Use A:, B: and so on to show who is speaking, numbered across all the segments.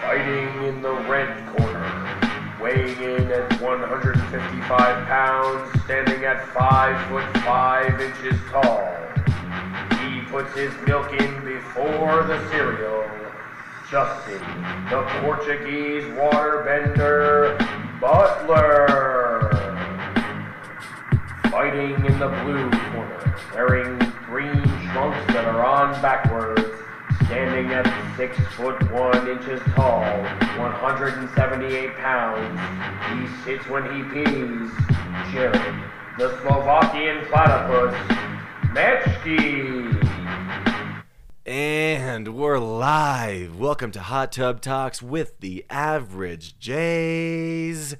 A: fighting in the red corner, weighing in at 155 pounds, standing at 5 foot 5 inches tall. He puts his milk in before the cereal. Justin, the Portuguese waterbender, Butler fighting in the blue corner, wearing green trunks that are on backwards, standing at six foot one inches tall, 178 pounds. He sits when he pees. Jared, the Slovakian platypus, Mechki.
B: And we're live. Welcome to Hot Tub Talks with the Average Jays.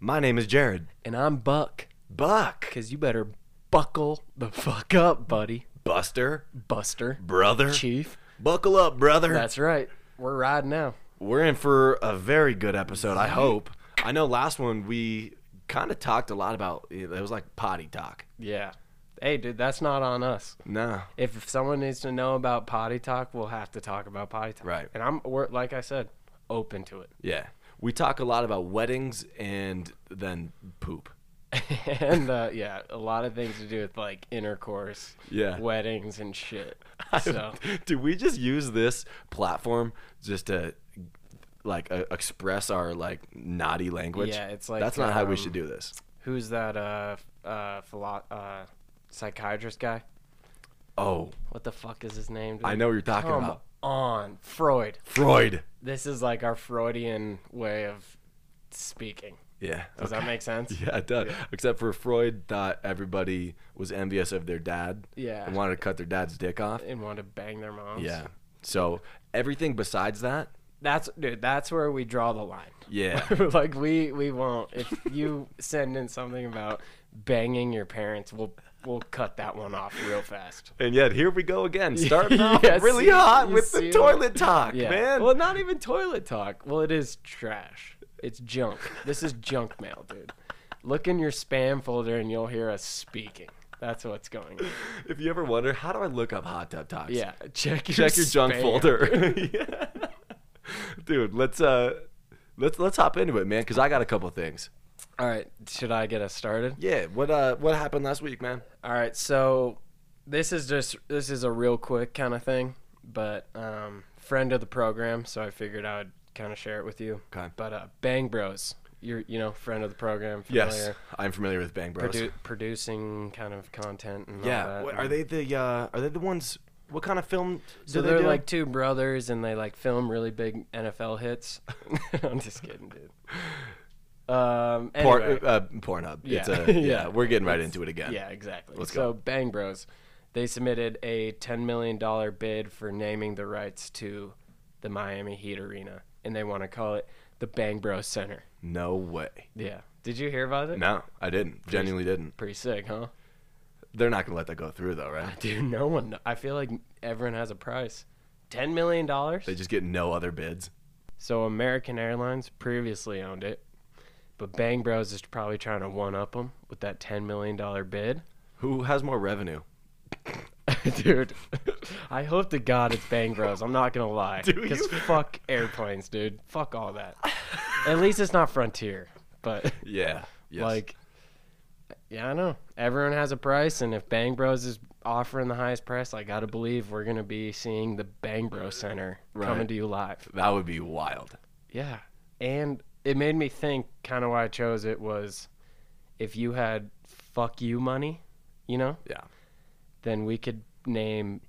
B: My name is Jared
C: and I'm Buck.
B: Buck,
C: Cause you better buckle the fuck up, buddy.
B: Buster,
C: Buster.
B: brother.
C: Chief.
B: Buckle up, brother.
C: That's right. We're riding now.
B: we're in for a very good episode. I hope. I know last one we kind of talked a lot about. It was like potty talk.
C: Yeah. Hey, dude, that's not on us.
B: No,
C: If someone needs to know about potty talk, we'll have to talk about potty talk.
B: Right.
C: And I'm, we're, like I said, open to it.
B: yeah. We talk a lot about weddings and then poop.
C: and uh, yeah, a lot of things to do with like intercourse,
B: Yeah.
C: weddings and shit.
B: I-
C: So
B: do we just use this platform just to like uh, express our like naughty language?
C: Yeah, it's like,
B: that's not how we
C: um,
B: should do this.
C: who's that uh uh, philo- uh psychiatrist guy?
B: Oh,
C: What the fuck is his name?
B: I
C: dude?
B: know what you're talking
C: Come
B: about.
C: on, Freud.
B: Freud.
C: This is like our Freudian way of speaking.
B: Yeah.
C: Does
B: okay.
C: that make sense?
B: yeah, it does. Except for Freud thought everybody was envious of their dad.
C: Yeah.
B: And wanted to cut their dad's dick off.
C: And want to bang their moms.
B: Yeah. So everything besides that,
C: That's dude, that's where we draw the line.
B: yeah.
C: like we we won't if you send in something about banging your parents, we'll we'll cut that one off real fast.
B: and yet here we go again, starting off
C: Yeah,
B: really
C: see?
B: hot
C: You
B: with
C: see
B: the
C: it?
B: toilet talk,
C: Yeah.
B: man.
C: Well, not even toilet talk. Well, it is trash. It's junk. This is junk mail, dude. Look in your spam folder and you'll hear us speaking. That's what's going on.
B: If you ever wonder, how do I look up hot tub talks?
C: Yeah, check your
B: check your junk
C: spam.
B: folder. Yeah. Dude, let's uh let's let's hop into it, man, cuz I got a couple things.
C: All right, should I get us started?
B: Yeah, what uh what happened last week, man?
C: All right, so this is just this is a real quick kind of thing, but um, friend of the program, so I figured I would kind of share it with you.
B: Okay.
C: But uh, Bang Bros, you're you know friend of the program, familiar,
B: Yes. I'm familiar with Bang Bros.
C: produ- producing kind of content and all
B: yeah,
C: that.
B: what, are they the uh are they the ones what kind of film
C: So
B: do
C: they're
B: they do?
C: like two brothers, and they like film really big NFL hits. I'm just kidding, dude. Um,
B: Por-
C: anyway.
B: uh, Pornhub.
C: Yeah.
B: It's a, yeah,
C: Yeah.
B: we're getting right into it again.
C: Yeah, exactly.
B: Let's
C: so Bang Bros, they submitted a ten million dollar bid for naming the rights to the Miami Heat Arena, and they want to call it the Bang Bros Center.
B: No way.
C: Yeah. Did you hear about it?
B: No, I didn't. Genuinely didn't.
C: Pretty sick, huh?
B: They're not going to let that go through though, right?
C: Dude, no one. I feel like everyone has a price. Ten million dollars.
B: They just get no other bids.
C: So American Airlines previously owned it, but Bang Bros is probably trying to one up them with that ten million dollar bid.
B: Who has more revenue?
C: dude. I hope to God it's Bang Bros. I'm not gonna lie.
B: Do
C: Because
B: you?
C: fuck airplanes, dude. Fuck all that. At least it's not Frontier. But
B: Yeah. Yes.
C: like, yeah, I know. Everyone has a price, and if Bang Bros is offering the highest price, I gotta believe we're gonna be seeing the Bang Bros Center coming
B: Right.
C: to you live.
B: that would be wild.
C: Yeah, and it made me think. Kind of why I chose it was, if you had fuck you money, you know
B: Yeah.
C: then we could name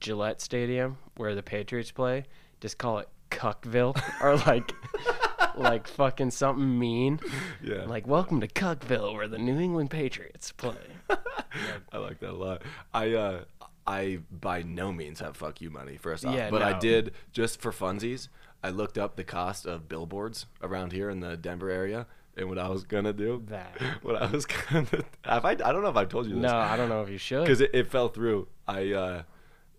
C: Gillette Stadium where the Patriots play. Just call it Cuckville or like like fucking something mean.
B: Yeah.
C: Like welcome to Cuckville where the New England Patriots play.
B: I like that a lot. I uh I by no means have fuck you money first off,
C: Yeah,
B: but I
C: no.
B: did just for funsies. I looked up the cost of billboards around here in the Denver area, and what I was gonna do.
C: That.
B: What I was gonna have I I don't know if I told you this.
C: No, I don't know if you should.
B: because it, it fell through. I uh,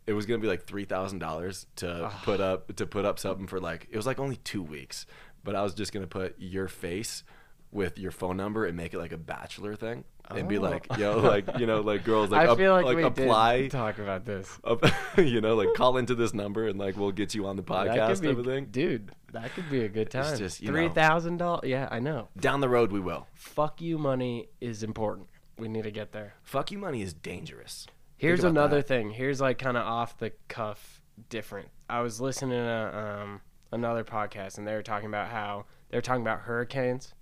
B: it was gonna be like three thousand dollars to
C: Ah.
B: put up to put up something for like it was like only two weeks, but I was just gonna put your face with your phone number and make it like a bachelor thing and be like, yo, like you know, like girls, like
C: Oh. I
B: up-
C: feel like,
B: like
C: we
B: apply,
C: did talk about this.
B: up, you know, like call into this number and like we'll get you on the
C: That could
B: podcast.
C: be,
B: Type of thing.
C: dude. That could be a good time.
B: just, you know-
C: Three thousand dollars. Yeah, I know.
B: Down the road we will.
C: Fuck you, money is important. We need to get there.
B: Fuck you, money is dangerous.
C: Here's
B: about
C: another
B: that.
C: thing. Here's like kind of off the cuff, different. I was listening to um, another podcast, and they were talking about how they were talking about hurricanes,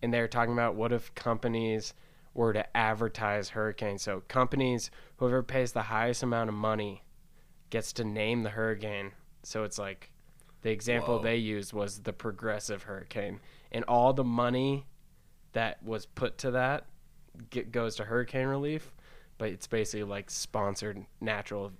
C: and they were talking about what if companies were to advertise hurricanes. So companies, whoever pays the highest amount of money, gets to name the hurricane. So it's like the example
B: Whoa.
C: they used was the progressive hurricane, and all the money that was put to that get, goes to hurricane relief, but it's basically like sponsored natural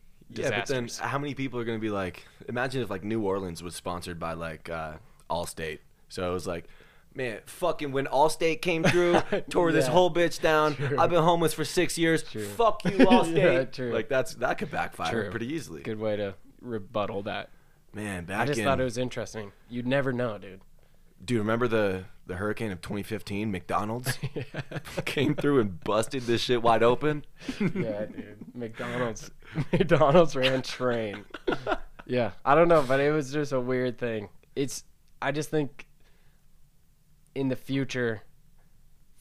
B: Yeah,
C: disasters.
B: but then how many people are going to be like? Imagine if like New Orleans was sponsored by like uh, Allstate. So it was like, man, fucking when Allstate came through, tore this
C: Yeah.
B: whole bitch down.
C: True.
B: I've been homeless for six years.
C: True.
B: Fuck you,
C: Yeah,
B: Allstate.
C: true.
B: Like that's that could backfire
C: True.
B: pretty easily.
C: Good way to rebuttal that.
B: Man,
C: I
B: back
C: just
B: in,
C: thought it was interesting. You'd never know, dude.
B: dude. Remember the the hurricane of 2015? McDonald's came through and busted this shit wide open.
C: yeah, dude. McDonald's McDonald's ran train. Yeah, I don't know, but it was just a weird thing. It's I just think in the future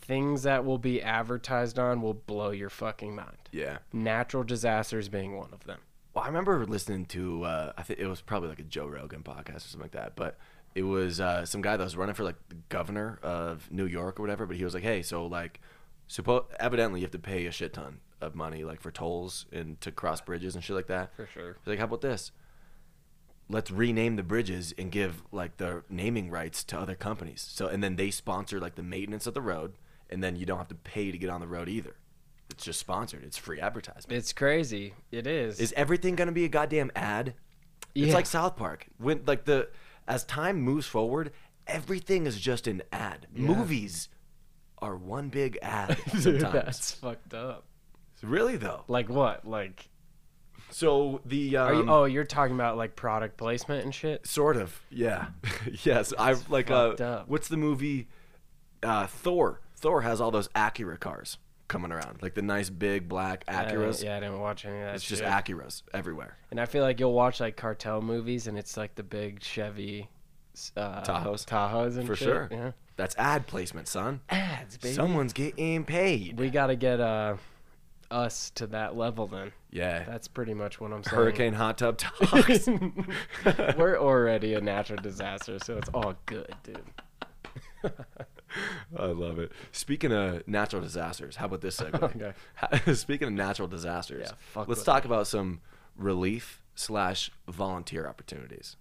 C: things that will be advertised on will blow your fucking mind.
B: Yeah.
C: Natural disasters being one of them.
B: Well, I remember listening to uh, I think it was probably like a Joe Rogan podcast or something like that, but it was uh, some guy that was running for like the governor of New York or whatever. But he was like, "Hey, so like, suppo- evidently you have to pay a shit ton of money like for tolls and to cross bridges and shit like that."
C: For sure.
B: He's like, "How about this? Let's rename the bridges and give like the naming rights to other companies. So and then they sponsor like the maintenance of the road, and then you don't have to pay to get on the road either. It's just sponsored. It's free advertisement."
C: It's crazy. It is.
B: Is everything gonna be a goddamn ad?
C: Yeah.
B: It's like South Park. When like the as time moves forward, everything is just an ad. Movies are one big ad
C: Dude,
B: sometimes.
C: that's fucked up.
B: Really though.
C: Like what? Like
B: So the um,
C: are you oh, you're talking about like product placement and shit?
B: sort of yeah yes I like uh,
C: fucked up.
B: what's the movie uh, Thor Thor has all those Acura cars coming around like the nice big black
C: I didn't-
B: Acuras.
C: Uh, yeah, I didn't watch any of that
B: It's just
C: shit.
B: Acuras everywhere.
C: And I feel like you'll watch like cartel movies, and it's like the big Chevy uh,
B: Tahoes.
C: Tahoes, and
B: For
C: shit.
B: sure.
C: Yeah,
B: That's ad placement, son.
C: ads, baby.
B: Someone's getting paid.
C: We gotta get uh, us to that level then.
B: yeah.
C: That's pretty much what I'm saying.
B: Hurricane hot tub talks.
C: We're already a natural disaster, so it's all good, dude.
B: I love it. Speaking of natural disasters, how about this segue? Speaking of natural disasters,
C: Yeah, fuck
B: let's
C: with
B: talk about some relief slash volunteer opportunities.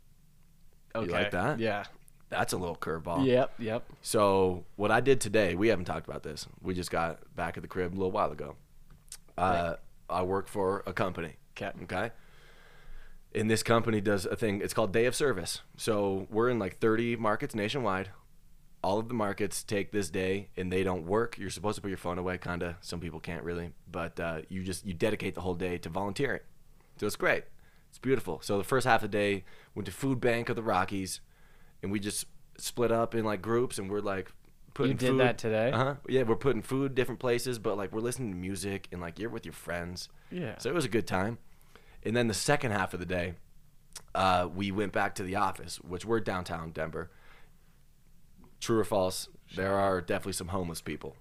C: Okay.
B: like that?
C: Yeah.
B: That's a little curveball.
C: Yep. Yep.
B: So what I did today, we haven't talked about this. We just got back at the crib a little while ago. Uh, I work for a company.
C: Okay.
B: Okay. And this company does a thing. It's called Day of Service. So we're in like 30 markets nationwide. All of the markets take this day, and they don't work. You're supposed to put your phone away, kinda. Some people can't really, but uh, you just you dedicate the whole day to volunteering. So it's great. It's beautiful. So the first half of the day went to Food Bank of the Rockies, and we just split up in like groups, and we're like putting.
C: You did
B: food-
C: that today?
B: Uh-huh. Yeah, we're putting food different places, but like we're listening to music and like you're with your friends.
C: Yeah.
B: So it was a good time. And then the second half of the day, uh, we went back to the office, which we're downtown Denver. True or false? There are definitely some homeless people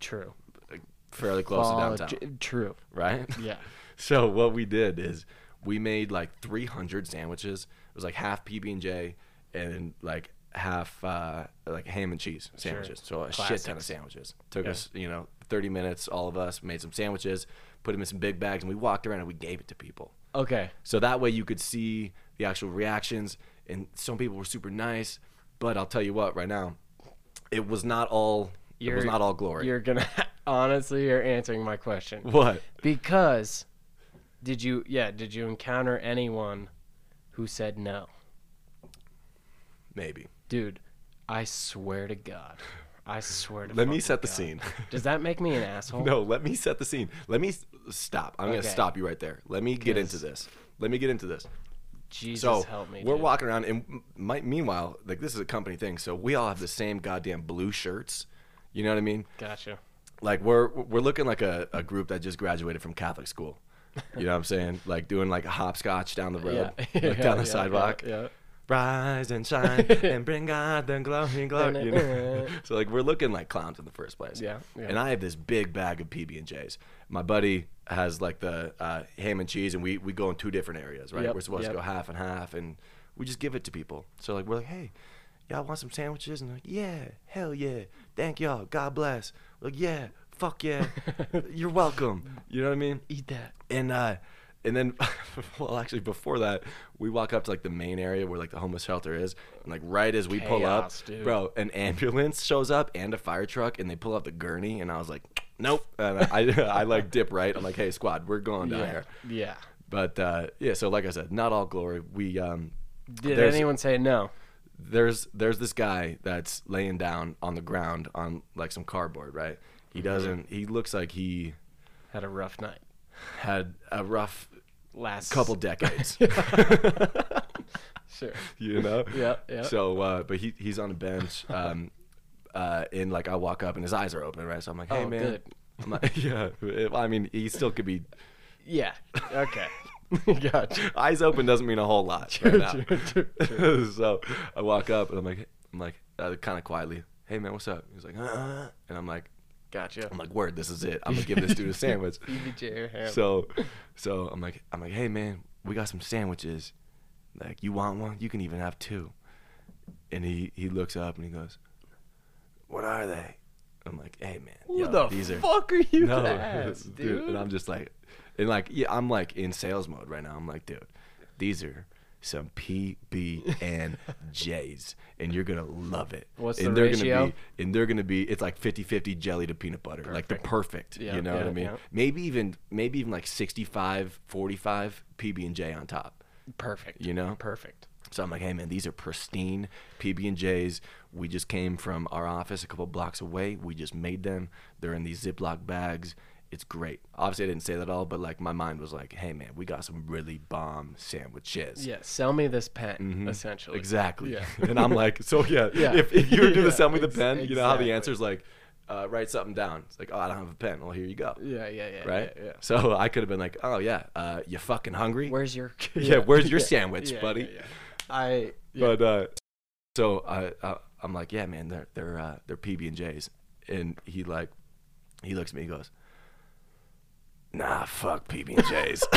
C: True.
B: fairly close to
C: Fall-
B: downtown,
C: tr- true.
B: right?
C: Yeah.
B: So what we did is we made like 300 sandwiches. It was like half PB and J and like half uh, like ham and cheese sandwiches. So a shit ton of
C: Classics.
B: sandwiches. Took us you know 30 minutes. All of us made some sandwiches, put them in some big bags, and we walked around and we gave it to people.
C: Okay.
B: So that way you could see the actual reactions. And some people were super nice, but I'll tell you what, right now, it was not all. it was
C: You're-
B: not all glory.
C: You're gonna honestly, you're answering my question.
B: what?
C: Because did you yeah, did you encounter anyone who said no?
B: Maybe.
C: Dude, I swear to god. I swear to
B: Let me
C: fucking
B: set the
C: God.
B: scene.
C: Does that make me an asshole?
B: No, let me set the scene. Let me s- stop. I'm going
C: Okay.
B: to stop you right there. Let me get into
C: 'Cause-
B: this. Let me get into this.
C: Jesus
B: so
C: help me.
B: we're
C: dude.
B: walking around, and m- my, meanwhile, like this is a company thing, so we all have the same goddamn blue shirts. You know what I mean?
C: Gotcha.
B: Like we're we're looking like a, a group that just graduated from Catholic school. You know what I'm saying? Like doing like a hopscotch down the road, like,
C: Yeah,
B: down the
C: yeah,
B: sidewalk.
C: Yeah.
B: Rise and shine and bring God the glory, glory. You know? so like we're looking like clowns in the first place.
C: uh, Yeah, yeah.
B: And I have this big bag of PB and J's. My buddy has like the uh, ham and cheese, and we we go in two different areas, right?
C: Yep,
B: we're supposed
C: yep.
B: to go half and half, and we just give it to people. So like we're like, hey, y'all want some sandwiches? And they're like, yeah, hell yeah, thank y'all, God bless. We're like yeah, fuck yeah, you're welcome. You know what I mean?
C: Eat that.
B: and uh and then well actually before that we walk up to like the main area where like the homeless shelter is and like right as we pull up
C: Chaos, dude.
B: bro an ambulance shows up and a fire truck and they pull out the gurney and i was like nope and i i like dip right i'm like hey squad we're going down
C: Yeah.
B: here
C: Yeah.
B: but uh yeah so like i said not all glory we um
C: Did
B: There's-
C: anyone say no?
B: there's there's this guy that's laying down on the ground on like some cardboard right he
C: Mm-hmm.
B: doesn't he looks like he
C: Had a rough night.
B: had a rough
C: Last
B: couple decades
C: Sure.
B: you know?
C: Yeah, yeah.
B: So, uh, but he he's on a bench, um, uh, and like I walk up and his eyes are open, right? So I'm like, hey
C: Oh,
B: man,
C: good.
B: I'm like, yeah. well, I mean, he still could be
C: Yeah. Okay. gotcha.
B: eyes open doesn't mean a whole lot.
C: True,
B: right now.
C: true,
B: so I walk up and I'm like, I'm like, uh, kind of quietly, hey man, what's up? He's like, uh, and I'm like,
C: Gotcha.
B: I'm like, word, this is it. I'm gonna give this dude a sandwich. so so I'm like I'm like, hey man, we got some sandwiches. Like you want one? You can even have two. And he he looks up and he goes, What are they? I'm like, hey man,
C: Who
B: yo,
C: the
B: these are
C: fuck are you
B: no,
C: to ask,
B: dude.
C: dude?
B: And I'm just like, and like yeah, I'm like in sales mode right now. I'm like, dude, these are some PB and J's, and you're gonna love it.
C: What's
B: and
C: the
B: they're
C: ratio?
B: Gonna be, and they're gonna be it's like 50-50 jelly to peanut butter, like the perfect.
C: Yeah,
B: you know what
C: yeah,
B: I mean?
C: yeah.
B: Maybe even maybe even like 65, 45 PB and J on top.
C: Perfect.
B: You know?
C: Perfect.
B: So I'm like, hey man, these are pristine PB and J's. We just came from our office a couple blocks away. We just made them. They're in these Ziploc bags. It's great. Obviously, I didn't say that all, but like my mind was like, hey man, we got some really bomb sandwiches.
C: Yeah. Sell me this pen,
B: Mm-hmm.
C: essentially.
B: Exactly.
C: Yeah.
B: and I'm like, so yeah.
C: Yeah.
B: If, if you were to do
C: Yeah,
B: the sell me the
C: ex-
B: pen, you know how the
C: exactly.
B: answer is like, uh, write something down. It's like, oh, I don't have a pen. Well, here you go.
C: Yeah. Yeah. Yeah.
B: Right.
C: Yeah. yeah.
B: So I could have been like, oh yeah, uh, you fucking hungry?
C: Where's your?
B: yeah, where's your sandwich, buddy?
C: yeah, yeah. I. Yeah.
B: But uh, so I, I I'm like, yeah, man, they're they're uh, they're PB and J's, and he like he looks at me, he goes, nah, fuck PB and J's.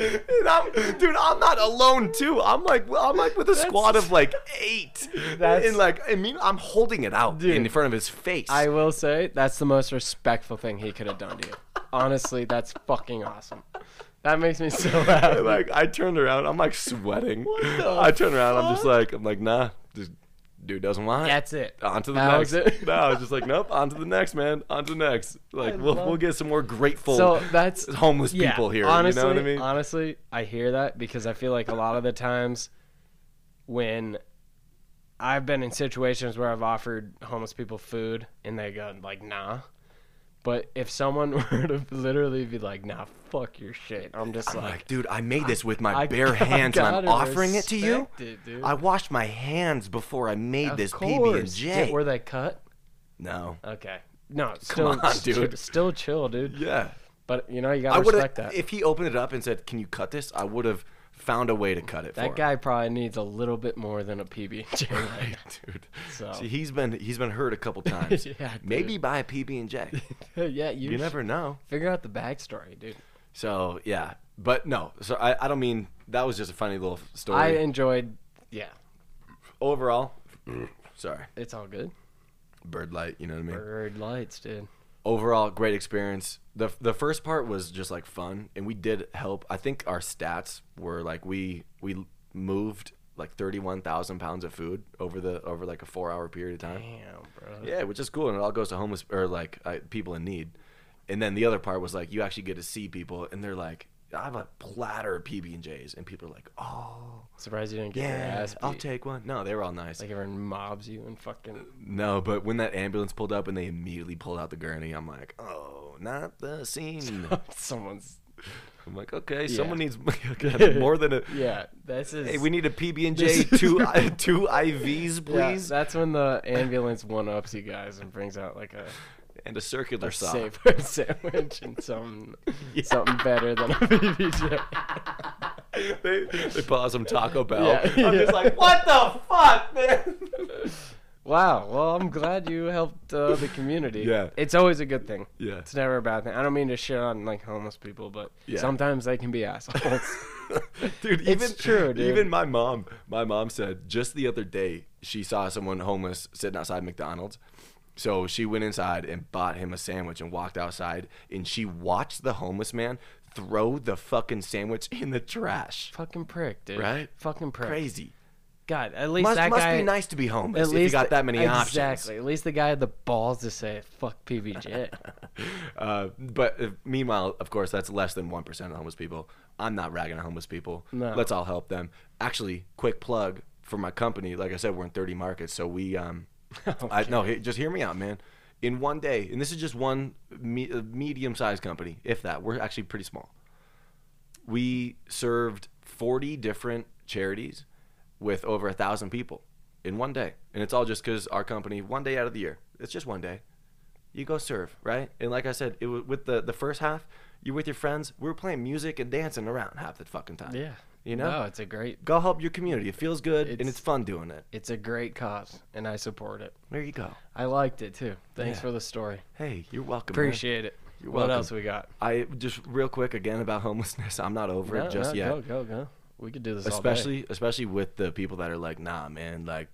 B: And I'm, dude, I'm not alone too. I'm like, well, I'm like with a squad of like eight,
C: That's-
B: and like, I mean, I'm holding it out
C: Dude.
B: in front of his face.
C: I will say that's the most respectful thing he could have done to you. Honestly, that's fucking awesome. That makes me so
B: And,
C: happy.
B: like I turned around, I'm like sweating.
C: the
B: I turn around, I'm just like, I'm like, nah, this dude doesn't want it.
C: That's it.
B: On to the
C: That
B: next.
C: was it.
B: no, I was just like, nope. On to the next, man. On to the next. Like,
C: I
B: we'll,
C: love-
B: we'll get some more grateful.
C: So that's
B: homeless
C: yeah,
B: people here.
C: Honestly,
B: you know what I mean?
C: honestly, I hear that because I feel like a lot of the times when I've been in situations where I've offered homeless people food and they go like, "Nah." But if someone were to literally be like, "Nah, fuck your shit," I'm just
B: I'm
C: like,
B: like, dude, I made this with my
C: I-
B: bare
C: I
B: hands, and I'm
C: gotta
B: offering it to you.
C: respect it, dude.
B: I washed my hands before I made
C: "Of
B: this PB and
C: course." Did- Were
B: J.
C: they cut?
B: No.
C: Okay. No, still,
B: on,
C: st-
B: dude.
C: still chill, dude.
B: Yeah.
C: But you know, you
B: I
C: gotta
B: would
C: respect
B: have.
C: that.
B: If he opened it up and said, "Can you cut this?" I would have found a way to cut it. for
C: that
B: him.
C: guy probably needs a little bit more than a PB and J.
B: Right, dude.
C: So-
B: See, he's been he's been hurt a couple times.
C: Yeah, dude.
B: Maybe buy a PB and J.
C: yeah,
B: You
C: should
B: never know.
C: figure out the backstory, dude.
B: So yeah, but no. So I, I don't mean that was just a funny little story.
C: I enjoyed. Yeah,
B: Overall, sorry,
C: it's all good.
B: bird light. You know what I mean.
C: Bird lights, dude.
B: Overall, great experience. the The first part was just like fun, and we did help. I think our stats were like we we moved like thirty one thousand pounds of food over the over like a four hour period of time.
C: Damn, bro.
B: Yeah, which is cool, and it all goes to homeless or like uh, people in need. And then the other part was like you actually get to see people, and they're like, "I have a platter of PB and J's," and people are like, "Oh,
C: Surprised you didn't get your
B: yeah,
C: ass beat.
B: I'll take one." No, they were all nice.
C: like everyone mobs you and fucking.
B: no, but when that ambulance pulled up and they immediately pulled out the gurney, I'm like, "Oh, not the scene."
C: Someone's
B: I'm like, okay,
C: Yeah.
B: someone needs God, more than a.
C: Yeah, this is.
B: Hey, we need a PB and J, two I- two IVs,
C: yeah,
B: please,
C: that's when the ambulance one ups you guys and brings out like a,
B: and a circular
C: a
B: saw.
C: safer sandwich and something something better than a BBJ.
B: they, they pause some Taco Bell.
C: Yeah,
B: I'm
C: yeah.
B: just like, what the fuck, man?
C: Wow. Well, I'm glad you helped uh, the community.
B: Yeah.
C: It's always a good thing.
B: Yeah.
C: It's never a bad thing. I don't mean to shit on like homeless people, but
B: Yeah.
C: sometimes they can be assholes.
B: dude,
C: It's
B: even
C: true, dude.
B: even my mom, my mom said just the other day she saw someone homeless sitting outside McDonald's. So she went inside and bought him a sandwich and walked outside and she watched the homeless man throw the fucking sandwich in the trash.
C: Fucking prick, dude.
B: Right?
C: Fucking prick.
B: Crazy.
C: God, at least
B: Must,
C: that
B: must
C: guy.
B: be nice to be homeless
C: At
B: if
C: least
B: you got that many
C: exactly.
B: options.
C: At least the guy had the balls to say "fuck PBJ."
B: Uh, but uh, meanwhile, of course, that's less than 1% of homeless people. I'm not ragging on homeless people.
C: No.
B: Let's all help them. Actually, quick plug for my company. Like I said, we're in 30 markets. So we, um, I, no, he- just hear me out, man. In one day, and this is just one me, medium sized company, if that, we're actually pretty small. We served 40 different charities with over a thousand people in one day. And it's all just because our company, one day out of the year, it's just one day you go serve, right? And like I said, it wa- with the the first half, you're with your friends. We were playing music and dancing around half the fucking time.
C: yeah,
B: you know,
C: No, it's a great,
B: go help your community. It feels good and
C: It's-
B: it's fun doing it.
C: it's a great cause, and I support it.
B: There you go.
C: I liked it too. Thanks
B: Yeah.
C: for the story.
B: Hey, you're welcome. man.
C: Appreciate it.
B: You're
C: what
B: welcome.
C: else we got?
B: I just real quick again about homelessness. I'm not over
C: No,
B: it just
C: no,
B: yet.
C: Go, go, go. We could do this all day.
B: especially especially with the people that are like, nah, man, like,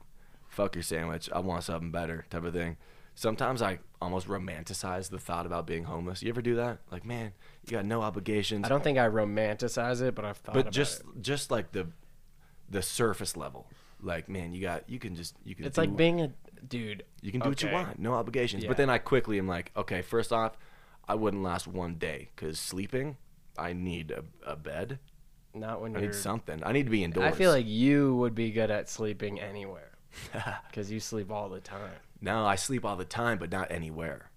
B: fuck your sandwich. I want something better, type of thing. Sometimes I almost romanticize the thought about being homeless. You ever do that? Like, man, you got no obligations.
C: I don't think I romanticize it, but I've thought.
B: but
C: about
B: just
C: it.
B: just like the the surface level like man you got you can just you can
C: it's
B: do,
C: like being a dude.
B: you can do what you
C: okay.
B: want no obligations
C: Yeah.
B: but then i quickly am like okay first off i wouldn't last one day because sleeping i need a, a bed
C: Not when
B: i
C: you're.
B: need something i need to be indoors
C: I feel like you would be good at sleeping anywhere because you sleep all the time.
B: no i sleep all the time but not anywhere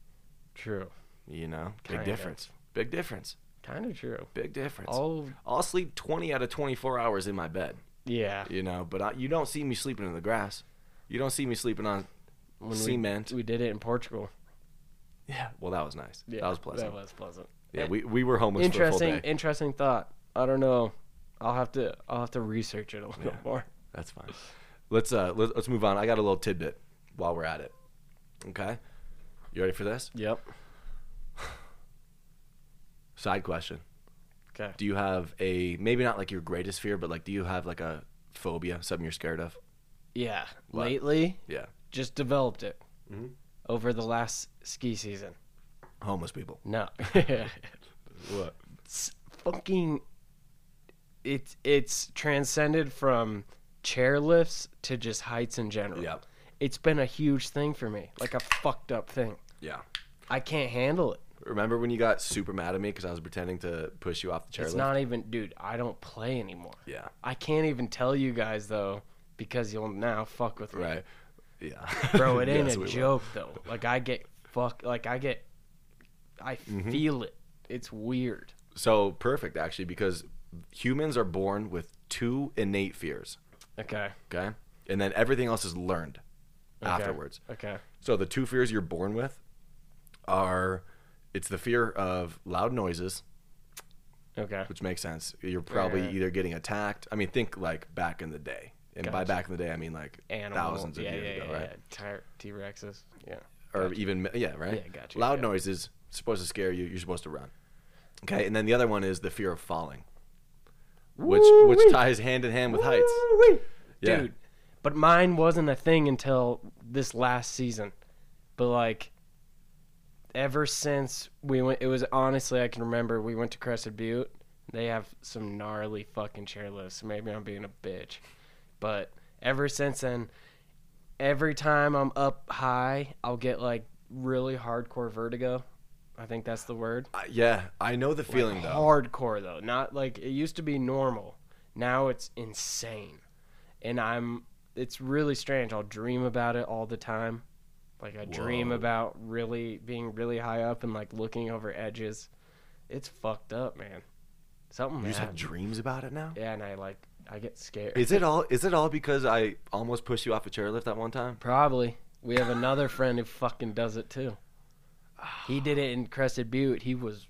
C: True.
B: you know big
C: Kinda.
B: difference big difference
C: Kind of true.
B: big difference
C: All
B: i'll sleep 20 out of 24 hours in my bed
C: yeah.
B: you know but I, you don't see me sleeping in the grass you don't see me sleeping on
C: When
B: cement
C: We, we did it in Portugal.
B: Yeah. Well, that was nice.
C: Yeah,
B: that was pleasant.
C: That was pleasant.
B: yeah, we, we were homeless for a
C: interesting.
B: full day.
C: Interesting thought. I don't know. I'll have to. I'll have to research it a little
B: Yeah.
C: more.
B: That's fine. Let's uh let, let's move on. I got a little tidbit while we're at it. Okay. You ready for this?
C: Yep.
B: Side question.
C: Okay.
B: Do you have a maybe not like your greatest fear, but like do you have like a phobia, something you're scared of?
C: Yeah.
B: What?
C: Lately,
B: Yeah.
C: just developed it
B: Mhm.
C: over the last ski season.
B: Homeless people.
C: No.
B: What?
C: it's fucking it's it's transcended from chair lifts to just heights in general.
B: Yep.
C: It's been a huge thing for me, like a fucked up thing.
B: Yeah.
C: I can't handle it.
B: Remember when you got super mad at me because I was pretending to push you off the chairlift?
C: It's not even, dude. I don't play anymore.
B: Yeah.
C: I can't even tell you guys though, because you'll now fuck with me,
B: Right. Yeah.
C: bro. It ain't
B: Yes,
C: a
B: we will.
C: joke though. Like I get fuck, like I get, I feel it. It's weird.
B: So perfect actually because humans are born with two innate fears.
C: Okay.
B: Okay. And then everything else is learned
C: Okay.
B: afterwards.
C: Okay.
B: So the two fears you're born with are it's the fear of loud noises,
C: Okay.
B: which makes sense. You're probably
C: Right.
B: either getting attacked. I mean, think like back in the day. And by
C: Gotcha.
B: back in the day, I mean like
C: Animal.
B: thousands of
C: yeah,
B: years
C: yeah,
B: ago,
C: yeah,
B: right?
C: yeah. Tire- T-Rexes. Yeah.
B: Or even, yeah, right?
C: Yeah, gotcha,
B: Loud
C: yeah.
B: noises, supposed to scare you. You're supposed to run. Okay. And then the other one is the fear of falling, which, which ties hand in hand with heights. Yeah.
C: Dude, but mine wasn't a thing until this last season. But like ever since we went it was honestly I can remember we went to Crested Butte. They have some gnarly fucking chairlifts. So maybe I'm being a bitch. But ever since then every time I'm up high, I'll get like really hardcore vertigo. I think that's the word.
B: Uh, yeah. I know the feeling
C: Like,
B: though.
C: hardcore though not like it used to be normal now it's insane and i'm it's really strange i'll dream about it all the time like i dream
B: Whoa.
C: about really being really high up and like looking over edges it's fucked up oh, man Something.
B: You just
C: bad.
B: have dreams about it now.
C: yeah, and I like I get scared.
B: Is it all? Is it all because I almost pushed you off a chairlift that one time?
C: Probably. We have another friend who fucking does it too. He did it in Crested Butte. He was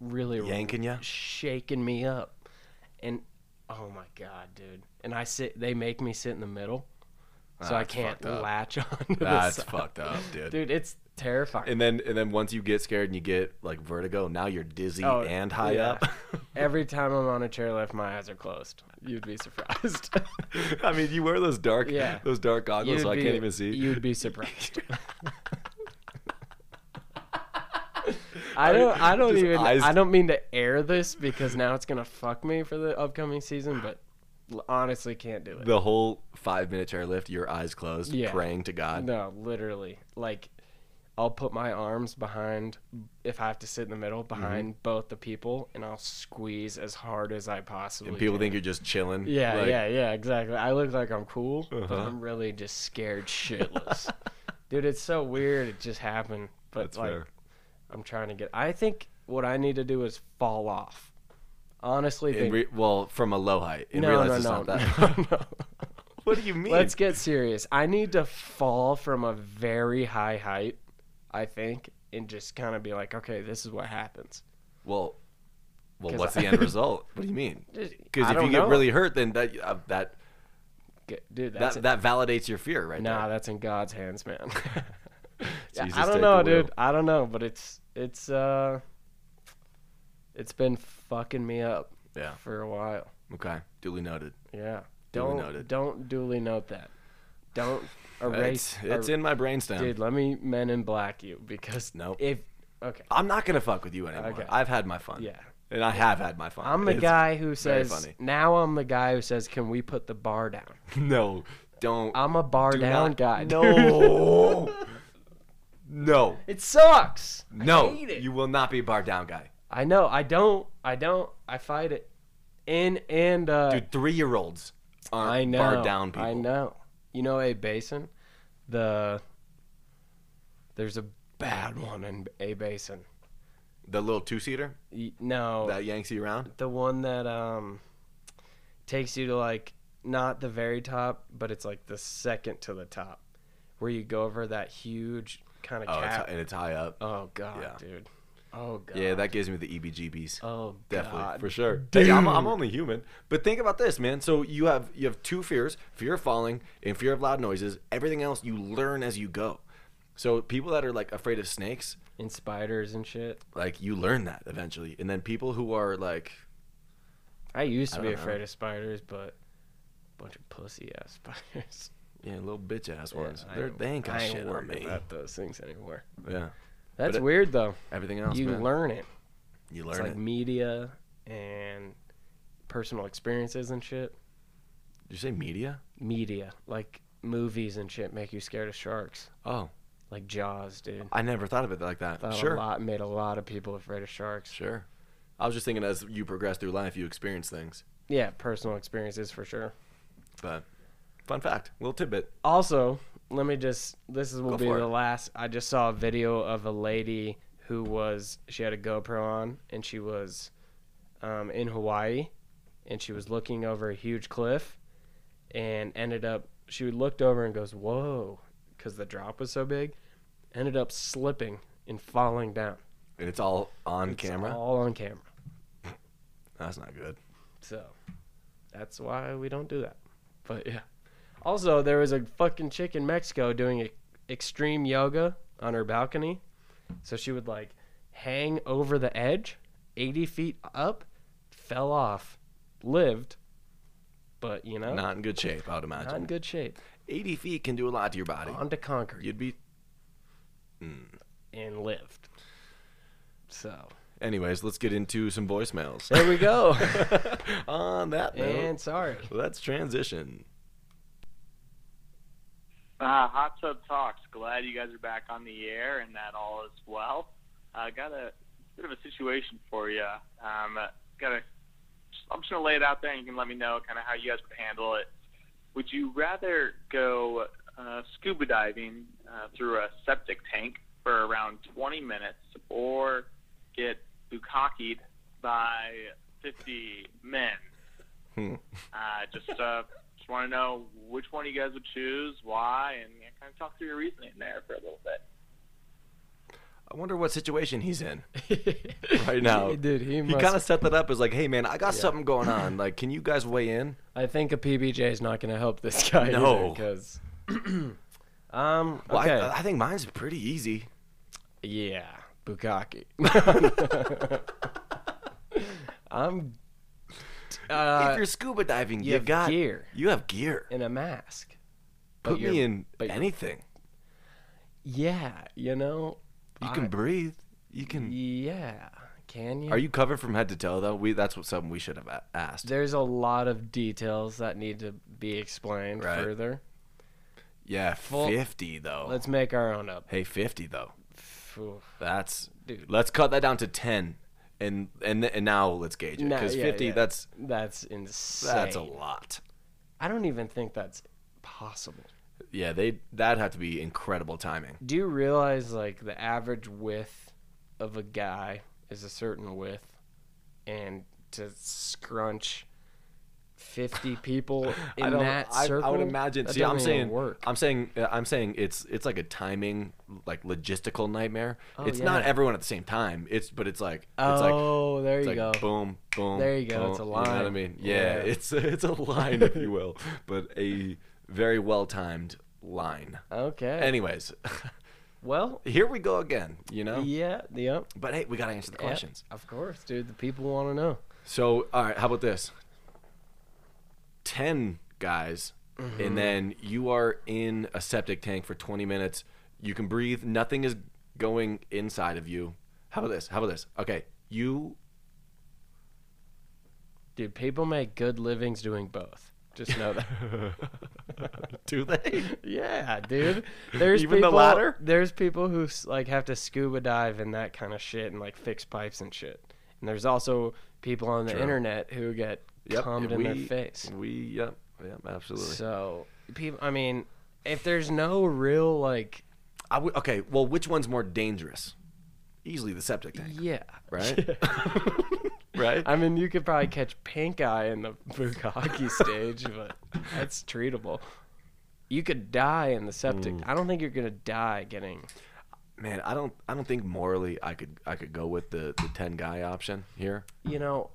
C: really
B: Yanking ya?
C: shaking me up, and oh my god, dude! And I sit. They make me sit in the middle, so I
B: Ah, That's
C: can't
B: fucked up.
C: latch on.
B: That's fucked up, dude.
C: dude. It's terrifying.
B: And then and then once you get scared and you get like vertigo, now you're dizzy
C: Oh,
B: and high
C: yeah.
B: up.
C: Every time I'm on a chairlift, my eyes are closed. You'd be surprised.
B: I mean, you wear those dark
C: Yeah.
B: those dark goggles,
C: You'd
B: so
C: be-
B: I can't even see.
C: You'd be surprised. I don't. I don't
B: Just
C: even.
B: eyes-
C: I don't mean to air this because now it's gonna fuck me for the upcoming season. But l- honestly, can't do it.
B: the whole five minute chairlift, your eyes closed,
C: Yeah.
B: praying to God.
C: No, literally. Like, I'll put my arms behind if I have to sit in the middle
B: Mm-hmm.
C: behind both the people, and I'll squeeze as hard as I possibly.
B: and people
C: can.
B: think you're just chilling.
C: Yeah,
B: like,
C: yeah, yeah, exactly. I look like I'm cool, but
B: Uh-huh.
C: I'm really just scared shitless. Dude, it's so weird. It just happened. But
B: That's
C: like,
B: fair.
C: I'm trying to get. I think what I need to do is fall off. Honestly,
B: In
C: think,
B: re- well, from a low height. And
C: no,
B: realize
C: no,
B: it's
C: no,
B: not that.
C: no, no.
B: What do you mean?
C: Let's get serious. I need to fall from a very high height. I think, and just kind of be like, okay, this is what happens.
B: well, well,
C: 'Cause
B: what's
C: I-
B: the end result? What do you mean?
C: Just-
B: Because
C: I
B: if you
C: don't
B: get
C: know.
B: really hurt, then that uh, that
C: Get- dude, that's
B: that, that validates your fear, right
C: Nah,
B: there.
C: that's in God's hands, man. yeah,
B: Jesus,
C: I
B: take
C: don't know,
B: the wheel.
C: dude. I don't know, but it's it's uh it's been fucking me up
B: Yeah.
C: for a while.
B: Okay. Duly noted.
C: Yeah.
B: Duly
C: Don't
B: noted.
C: don't duly note that. Don't erase
B: It's, it's
C: er-
B: in my brainstem.
C: Dude, let me men in black you because
B: Nope.
C: if okay.
B: I'm not gonna fuck with you anymore.
C: Okay.
B: I've had my fun.
C: Yeah.
B: And I have had my fun.
C: I'm the
B: It's-
C: guy who
B: very
C: says
B: funny.
C: now I'm the guy who says can we put the bar down?
B: No, don't.
C: I'm a bar
B: do
C: down
B: not-
C: guy. dude.
B: No. no.
C: It sucks. I
B: No.
C: hate it.
B: You will not be a bar down guy.
C: I know. I don't. I don't. I fight it. And and uh,
B: Dude, three year olds aren't
C: I know.
B: bar down people.
C: I know. You know, a basin. The there's a bad one in a basin.
B: The little two seater
C: No,
B: that yanks you around.
C: the one that um takes you to like not the very top, but it's like the second to the top, where you go over that huge kind of
B: Oh, it's,
C: cap.
B: and it's high up.
C: oh god,
B: Yeah.
C: dude. Oh god.
B: Yeah, that gives me the E EBGBs.
C: Oh
B: Definitely,
C: god.
B: for sure. Hey, I'm, I'm only human, but think about this, man. So you have you have two fears: fear of falling and fear of loud noises. Everything else you learn as you go. So people that are like afraid of snakes,
C: And spiders and shit.
B: like you learn that eventually. And then people who are like,
C: I used to
B: I
C: be
B: don't know.
C: afraid of spiders, but bunch of pussy ass spiders.
B: yeah, little bitch ass ones.
C: I
B: They're,
C: don't-
B: they ain't got
C: I
B: shit on
C: worried
B: me.
C: about those things anymore.
B: Yeah,
C: That's
B: it-
C: weird though.
B: everything else,
C: you
B: man.
C: learn it.
B: you
C: It's
B: learn
C: like
B: it.
C: media and personal experiences and shit.
B: Did you say media?
C: Media, like movies and shit, make you scared of sharks.
B: Oh,
C: Like Jaws, dude.
B: I never thought of it like that.
C: Thought
B: sure,
C: a lot made a lot of people afraid of sharks.
B: sure. I was just thinking as you progress through life, you experience things.
C: Yeah, personal experiences for sure.
B: But fun fact, little tidbit.
C: also let me just this is will
B: Go
C: be
B: for
C: the
B: it.
C: last i just saw a video of a lady who was she had a gopro on and she was um, in hawaii and she was looking over a huge cliff and ended up she looked over and goes whoa because the drop was so big ended up slipping and falling down
B: And it's all on
C: It's
B: camera.
C: all on camera
B: That's not good.
C: So that's why we don't do that. But yeah. Also, there was a fucking chick in Mexico doing e- extreme yoga on her balcony. So she would like hang over the edge, 80 feet up, fell off, lived, but you know, not,
B: Not in good shape, I would imagine.
C: in good shape.
B: 80 feet can do a lot to your body.
C: On to concrete
B: You'd be. Hmm.
C: and lived. So
B: Anyways, let's get into some voicemails.
C: there we go.
B: On that note,
C: and sorry.
B: let's transition.
D: Uh, Hot Tub Talks. Glad you guys are back on the air and that all is well. I uh, got a bit of a situation for you. Um, uh, got a, I'm just gonna lay it out there, and you can let me know kind of how you guys would handle it. Would you rather go uh, scuba diving uh, through a septic tank for around 20 minutes, or get bukakied by 50 men.
B: Hmm.
D: Uh, just uh, just want to know which one you guys would choose, why, and yeah, kind of talk through your reasoning there for a little bit.
B: I wonder what situation he's in right now.
C: dude. He,
B: He
C: must.
B: kind of set that up as like, hey man, I got
C: Yeah.
B: something going on. Like, can you guys weigh in?
C: I think a PBJ is not going to help this guy.
B: No.
C: because. um.
B: Well,
C: okay.
B: I, I think mine's pretty easy.
C: yeah, Bukaki. I'm.
B: if
C: Uh,
B: you're scuba diving,
C: you
B: you
C: have
B: got
C: gear.
B: You have gear.
C: in a mask. but
B: Put me
C: you're-
B: in
C: but you're-
B: anything.
C: Yeah, you know.
B: You can
C: I-
B: breathe. You can.
C: Yeah, can you?
B: Are you covered from head to toe though? We that's what something we should have a- asked.
C: There's a lot of details that need to be explained
B: Right. Oh.
C: further.
B: yeah,
C: full-
B: fifty though.
C: Let's make our own up.
B: hey, fifty though.
C: Oof.
B: That's
C: Dude.
B: Let's cut that down to ten, and and and now let's gauge it
C: No,
B: because
C: yeah,
B: fifty
C: yeah.
B: that's
C: That's insane.
B: that's a lot.
C: I don't even think that's possible.
B: Yeah, they that'd have to be incredible timing.
C: Do you realize like the average width of a guy is a certain width, and to scrunch fifty people in
B: I don't,
C: that
B: I,
C: circle,
B: I would imagine.
C: that
B: see, I'm
C: doesn't even
B: saying,
C: work.
B: I'm saying, uh, I'm saying, it's it's like a timing, like logistical nightmare.
C: Oh,
B: it's not
C: yeah.
B: everyone at the same time. It's but it's like it's like
C: oh, there you
B: it's
C: go.
B: like boom, boom.
C: There you go,
B: boom,
C: it's a
B: You know what I
C: line.
B: mean?
C: Yeah.
B: Yeah, it's it's a line, if you will, but a very well timed line.
C: Okay.
B: Anyways,
C: well,
B: here we go again. You know,
C: yeah, yep.
B: but hey, we gotta answer the
C: Yeah,
B: questions.
C: of course, dude. The people want to know.
B: So, all right, how about this? 10 guys,
C: Mm-hmm.
B: and then you are in a septic tank for 20 minutes. You can breathe, nothing is going inside of you. How about this? How about this? Okay, you.
C: Dude, people make good livings doing both. Just know that.
B: Do they?
C: yeah, dude. There's
B: Even the
C: people,
B: latter?
C: There's people who s- like have to scuba dive and that kind of shit and like fix pipes and shit. And there's also people on the
B: True.
C: internet who get
B: Yep.
C: cummed
B: we,
C: in their face.
B: We, yep, yep, absolutely.
C: So, people. I mean, if there's no real like,
B: I would, okay, well, which one's more dangerous? Easily the septic tank,
C: yeah,
B: right? right?
C: I mean, you could probably catch pink eye in the bukaki stage, but that's treatable. You could die in the septic.
B: Mm.
C: I don't think you're gonna die getting.
B: Man, I don't, I don't think morally I could, I could go with the, the 10 guy option here.
C: You know,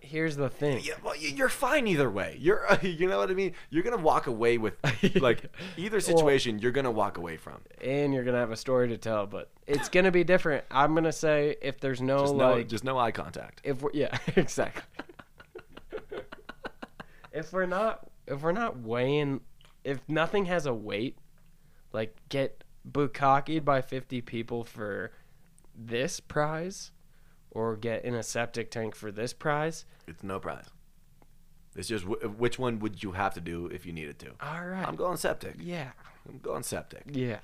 C: here's the thing.
B: Yeah, well, y- you're fine either way. You're, you know what I mean. You're gonna walk away with, like, either situation. you're gonna walk away from.
C: And you're gonna have a story to tell, but it's gonna be different. I'm gonna say if there's no
B: Just no,
C: Oh, like,
B: just no eye contact.
C: if we're yeah, exactly. if we're not, if we're not weighing, if nothing has a weight, like get bukakied by 50 people for this prize or get in a septic tank for this prize
B: It's no prize. It's just w- which one would you have to do if you needed to?
C: all right
B: I'm going septic.
C: yeah
B: I'm going septic.
C: yeah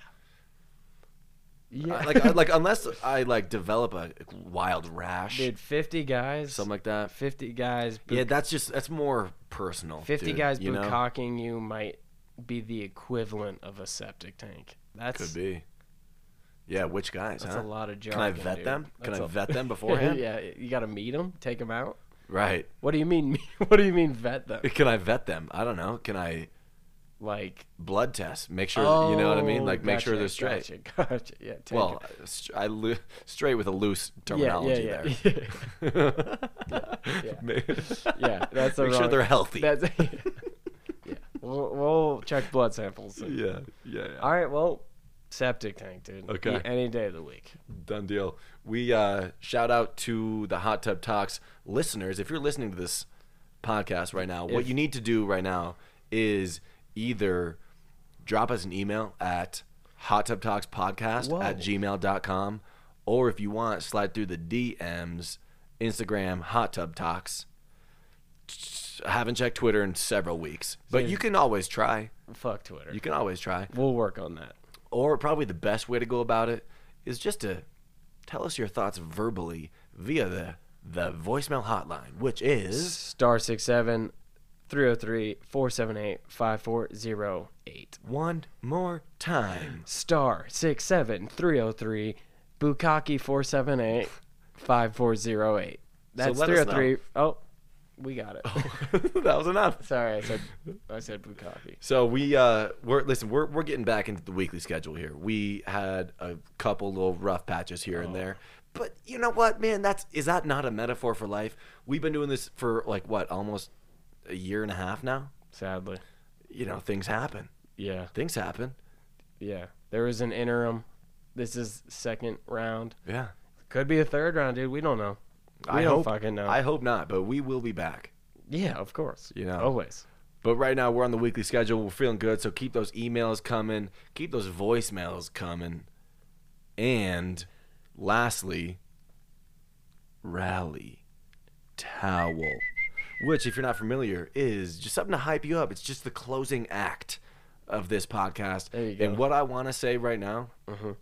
C: yeah
B: I- Uh, like, I- like unless I like develop a wild rash,
C: dude 50 guys
B: something like that.
C: 50 guys bu-
B: Yeah, that's just that's more personal.
C: 50
B: dude,
C: guys
B: you know?
C: bukocking you might be the equivalent of a septic tank that's
B: could be. Yeah, which guys?
C: that's
B: huh?
C: a lot of
B: Can
C: jargon
B: I vet
C: dude.
B: them? Can
C: That's
B: I
C: a-
B: vet them beforehand?
C: yeah you got to meet them take them out
B: Right.
C: what do you mean what do you mean vet them
B: Can I vet them? I don't know. Can I
C: like
B: blood test? Make sure you know what I mean. Like make sure
C: Oh, gotcha,
B: they're straight.
C: Gotcha, gotcha. Yeah. Take
B: Well, st- I lo- straight with a loose terminology
C: yeah,
B: there.
C: yeah.
B: Ma-
C: Yeah, that's the
B: make sure
C: wrong-
B: they're healthy.
C: it. That's, yeah. We'll, we'll check blood samples.
B: yeah, yeah, yeah.
C: All right. Well, septic tank, dude.
B: Okay.
C: E- Any day of the week.
B: Done deal. We uh, shout out to the Hot Tub Talks listeners. If you're listening to this podcast right now, what
C: If-
B: you need to do right now is either drop us an email at hot tub talks podcast
C: Whoa.
B: at gmail.com or if you want slide through the dms instagram hot tub talks i haven't checked twitter in several weeks but you can always try
C: Fuck Twitter.
B: you can always try
C: we'll work on that.
B: or probably the best way to go about it is just to tell us your thoughts verbally via the the voicemail hotline, which is
C: Star six seven, three zero three four seven eight five four zero eight.
B: one more time.
C: Star six oh seven three zero three, Bukaki four seven eight five four zero eight. That's
B: let us know.
C: 303. Oh, we got it.
B: that was enough.
C: Sorry, I said I said blue coffee.
B: So we uh we're listen, we're we're getting back into the weekly schedule here. We had a couple little rough patches here and there. But you know what, man, that's is that not a metaphor for life? We've been doing this for like what, almost a year and a half now?
C: Sadly,
B: You know, things happen.
C: yeah,
B: Things happen.
C: yeah. There was an interim. This is second round.
B: Yeah.
C: Could be a third round, dude. We don't know. We
B: I
C: don't
B: hope-
C: fucking know.
B: I hope not, but we will be back.
C: yeah, of course.
B: You know.
C: always.
B: But right now we're on the weekly schedule. We're feeling good, so keep those emails coming, keep those voicemails coming, and lastly, rally towel, which, if you're not familiar, is just something to hype you up. It's just the closing act of this podcast.
C: There you
B: And
C: go.
B: what I want to say right now
C: Mhm.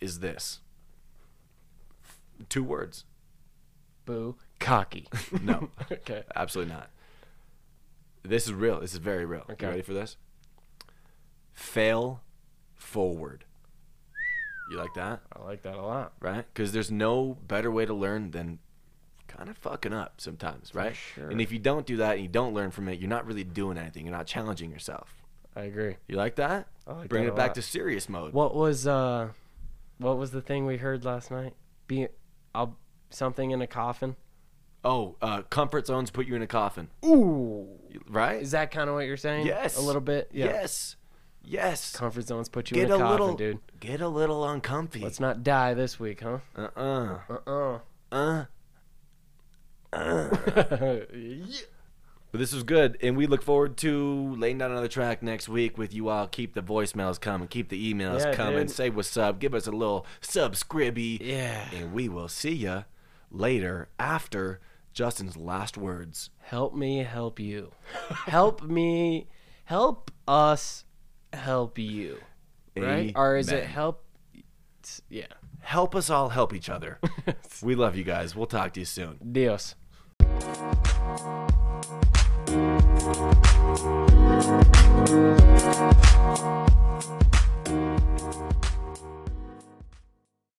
B: is this: two words.
C: Boo, cocky.
B: No.
C: okay.
B: Absolutely not. This is real. This is very real.
C: Okay.
B: You ready for this? Fail forward. You like that,
C: I like that a lot.
B: right? Because there's no better way to learn than kind of fucking up sometimes, right?
C: sure.
B: And if you don't do that and you don't learn from it, you're not really doing anything. You're not challenging yourself.
C: I agree.
B: You like that?
C: I like
B: Bring
C: that
B: it
C: a
B: back
C: lot.
B: to serious mode.
C: What was uh, what was the thing we heard last night? Be, I'll something in a coffin.
B: oh, uh, comfort zones put you in a coffin,
C: Ooh.
B: right?
C: Is that kind of what you're saying?
B: Yes.
C: A little bit. Yeah.
B: Yes. Yes.
C: Comfort zones put you
B: get
C: in a,
B: a,
C: coffin,
B: little,
C: dude.
B: get a little uncomfy.
C: Let's not die this week, huh?
B: uh-uh.
C: Uh-uh.
B: Uh.
C: Yeah.
B: But this was good, and we look forward to laying down another track next week with you all. Keep the voicemails coming, keep the emails
C: Yeah,
B: coming.
C: dude.
B: Say what's up, give us a little subscribby,
C: Yeah.
B: and we will see ya later after Justin's last words.
C: Help me help you. help me help us help you. Right? Or is it
B: Amen.
C: help it's- yeah.
B: help us all help each other? we love you guys. We'll talk to you soon.
C: Dios.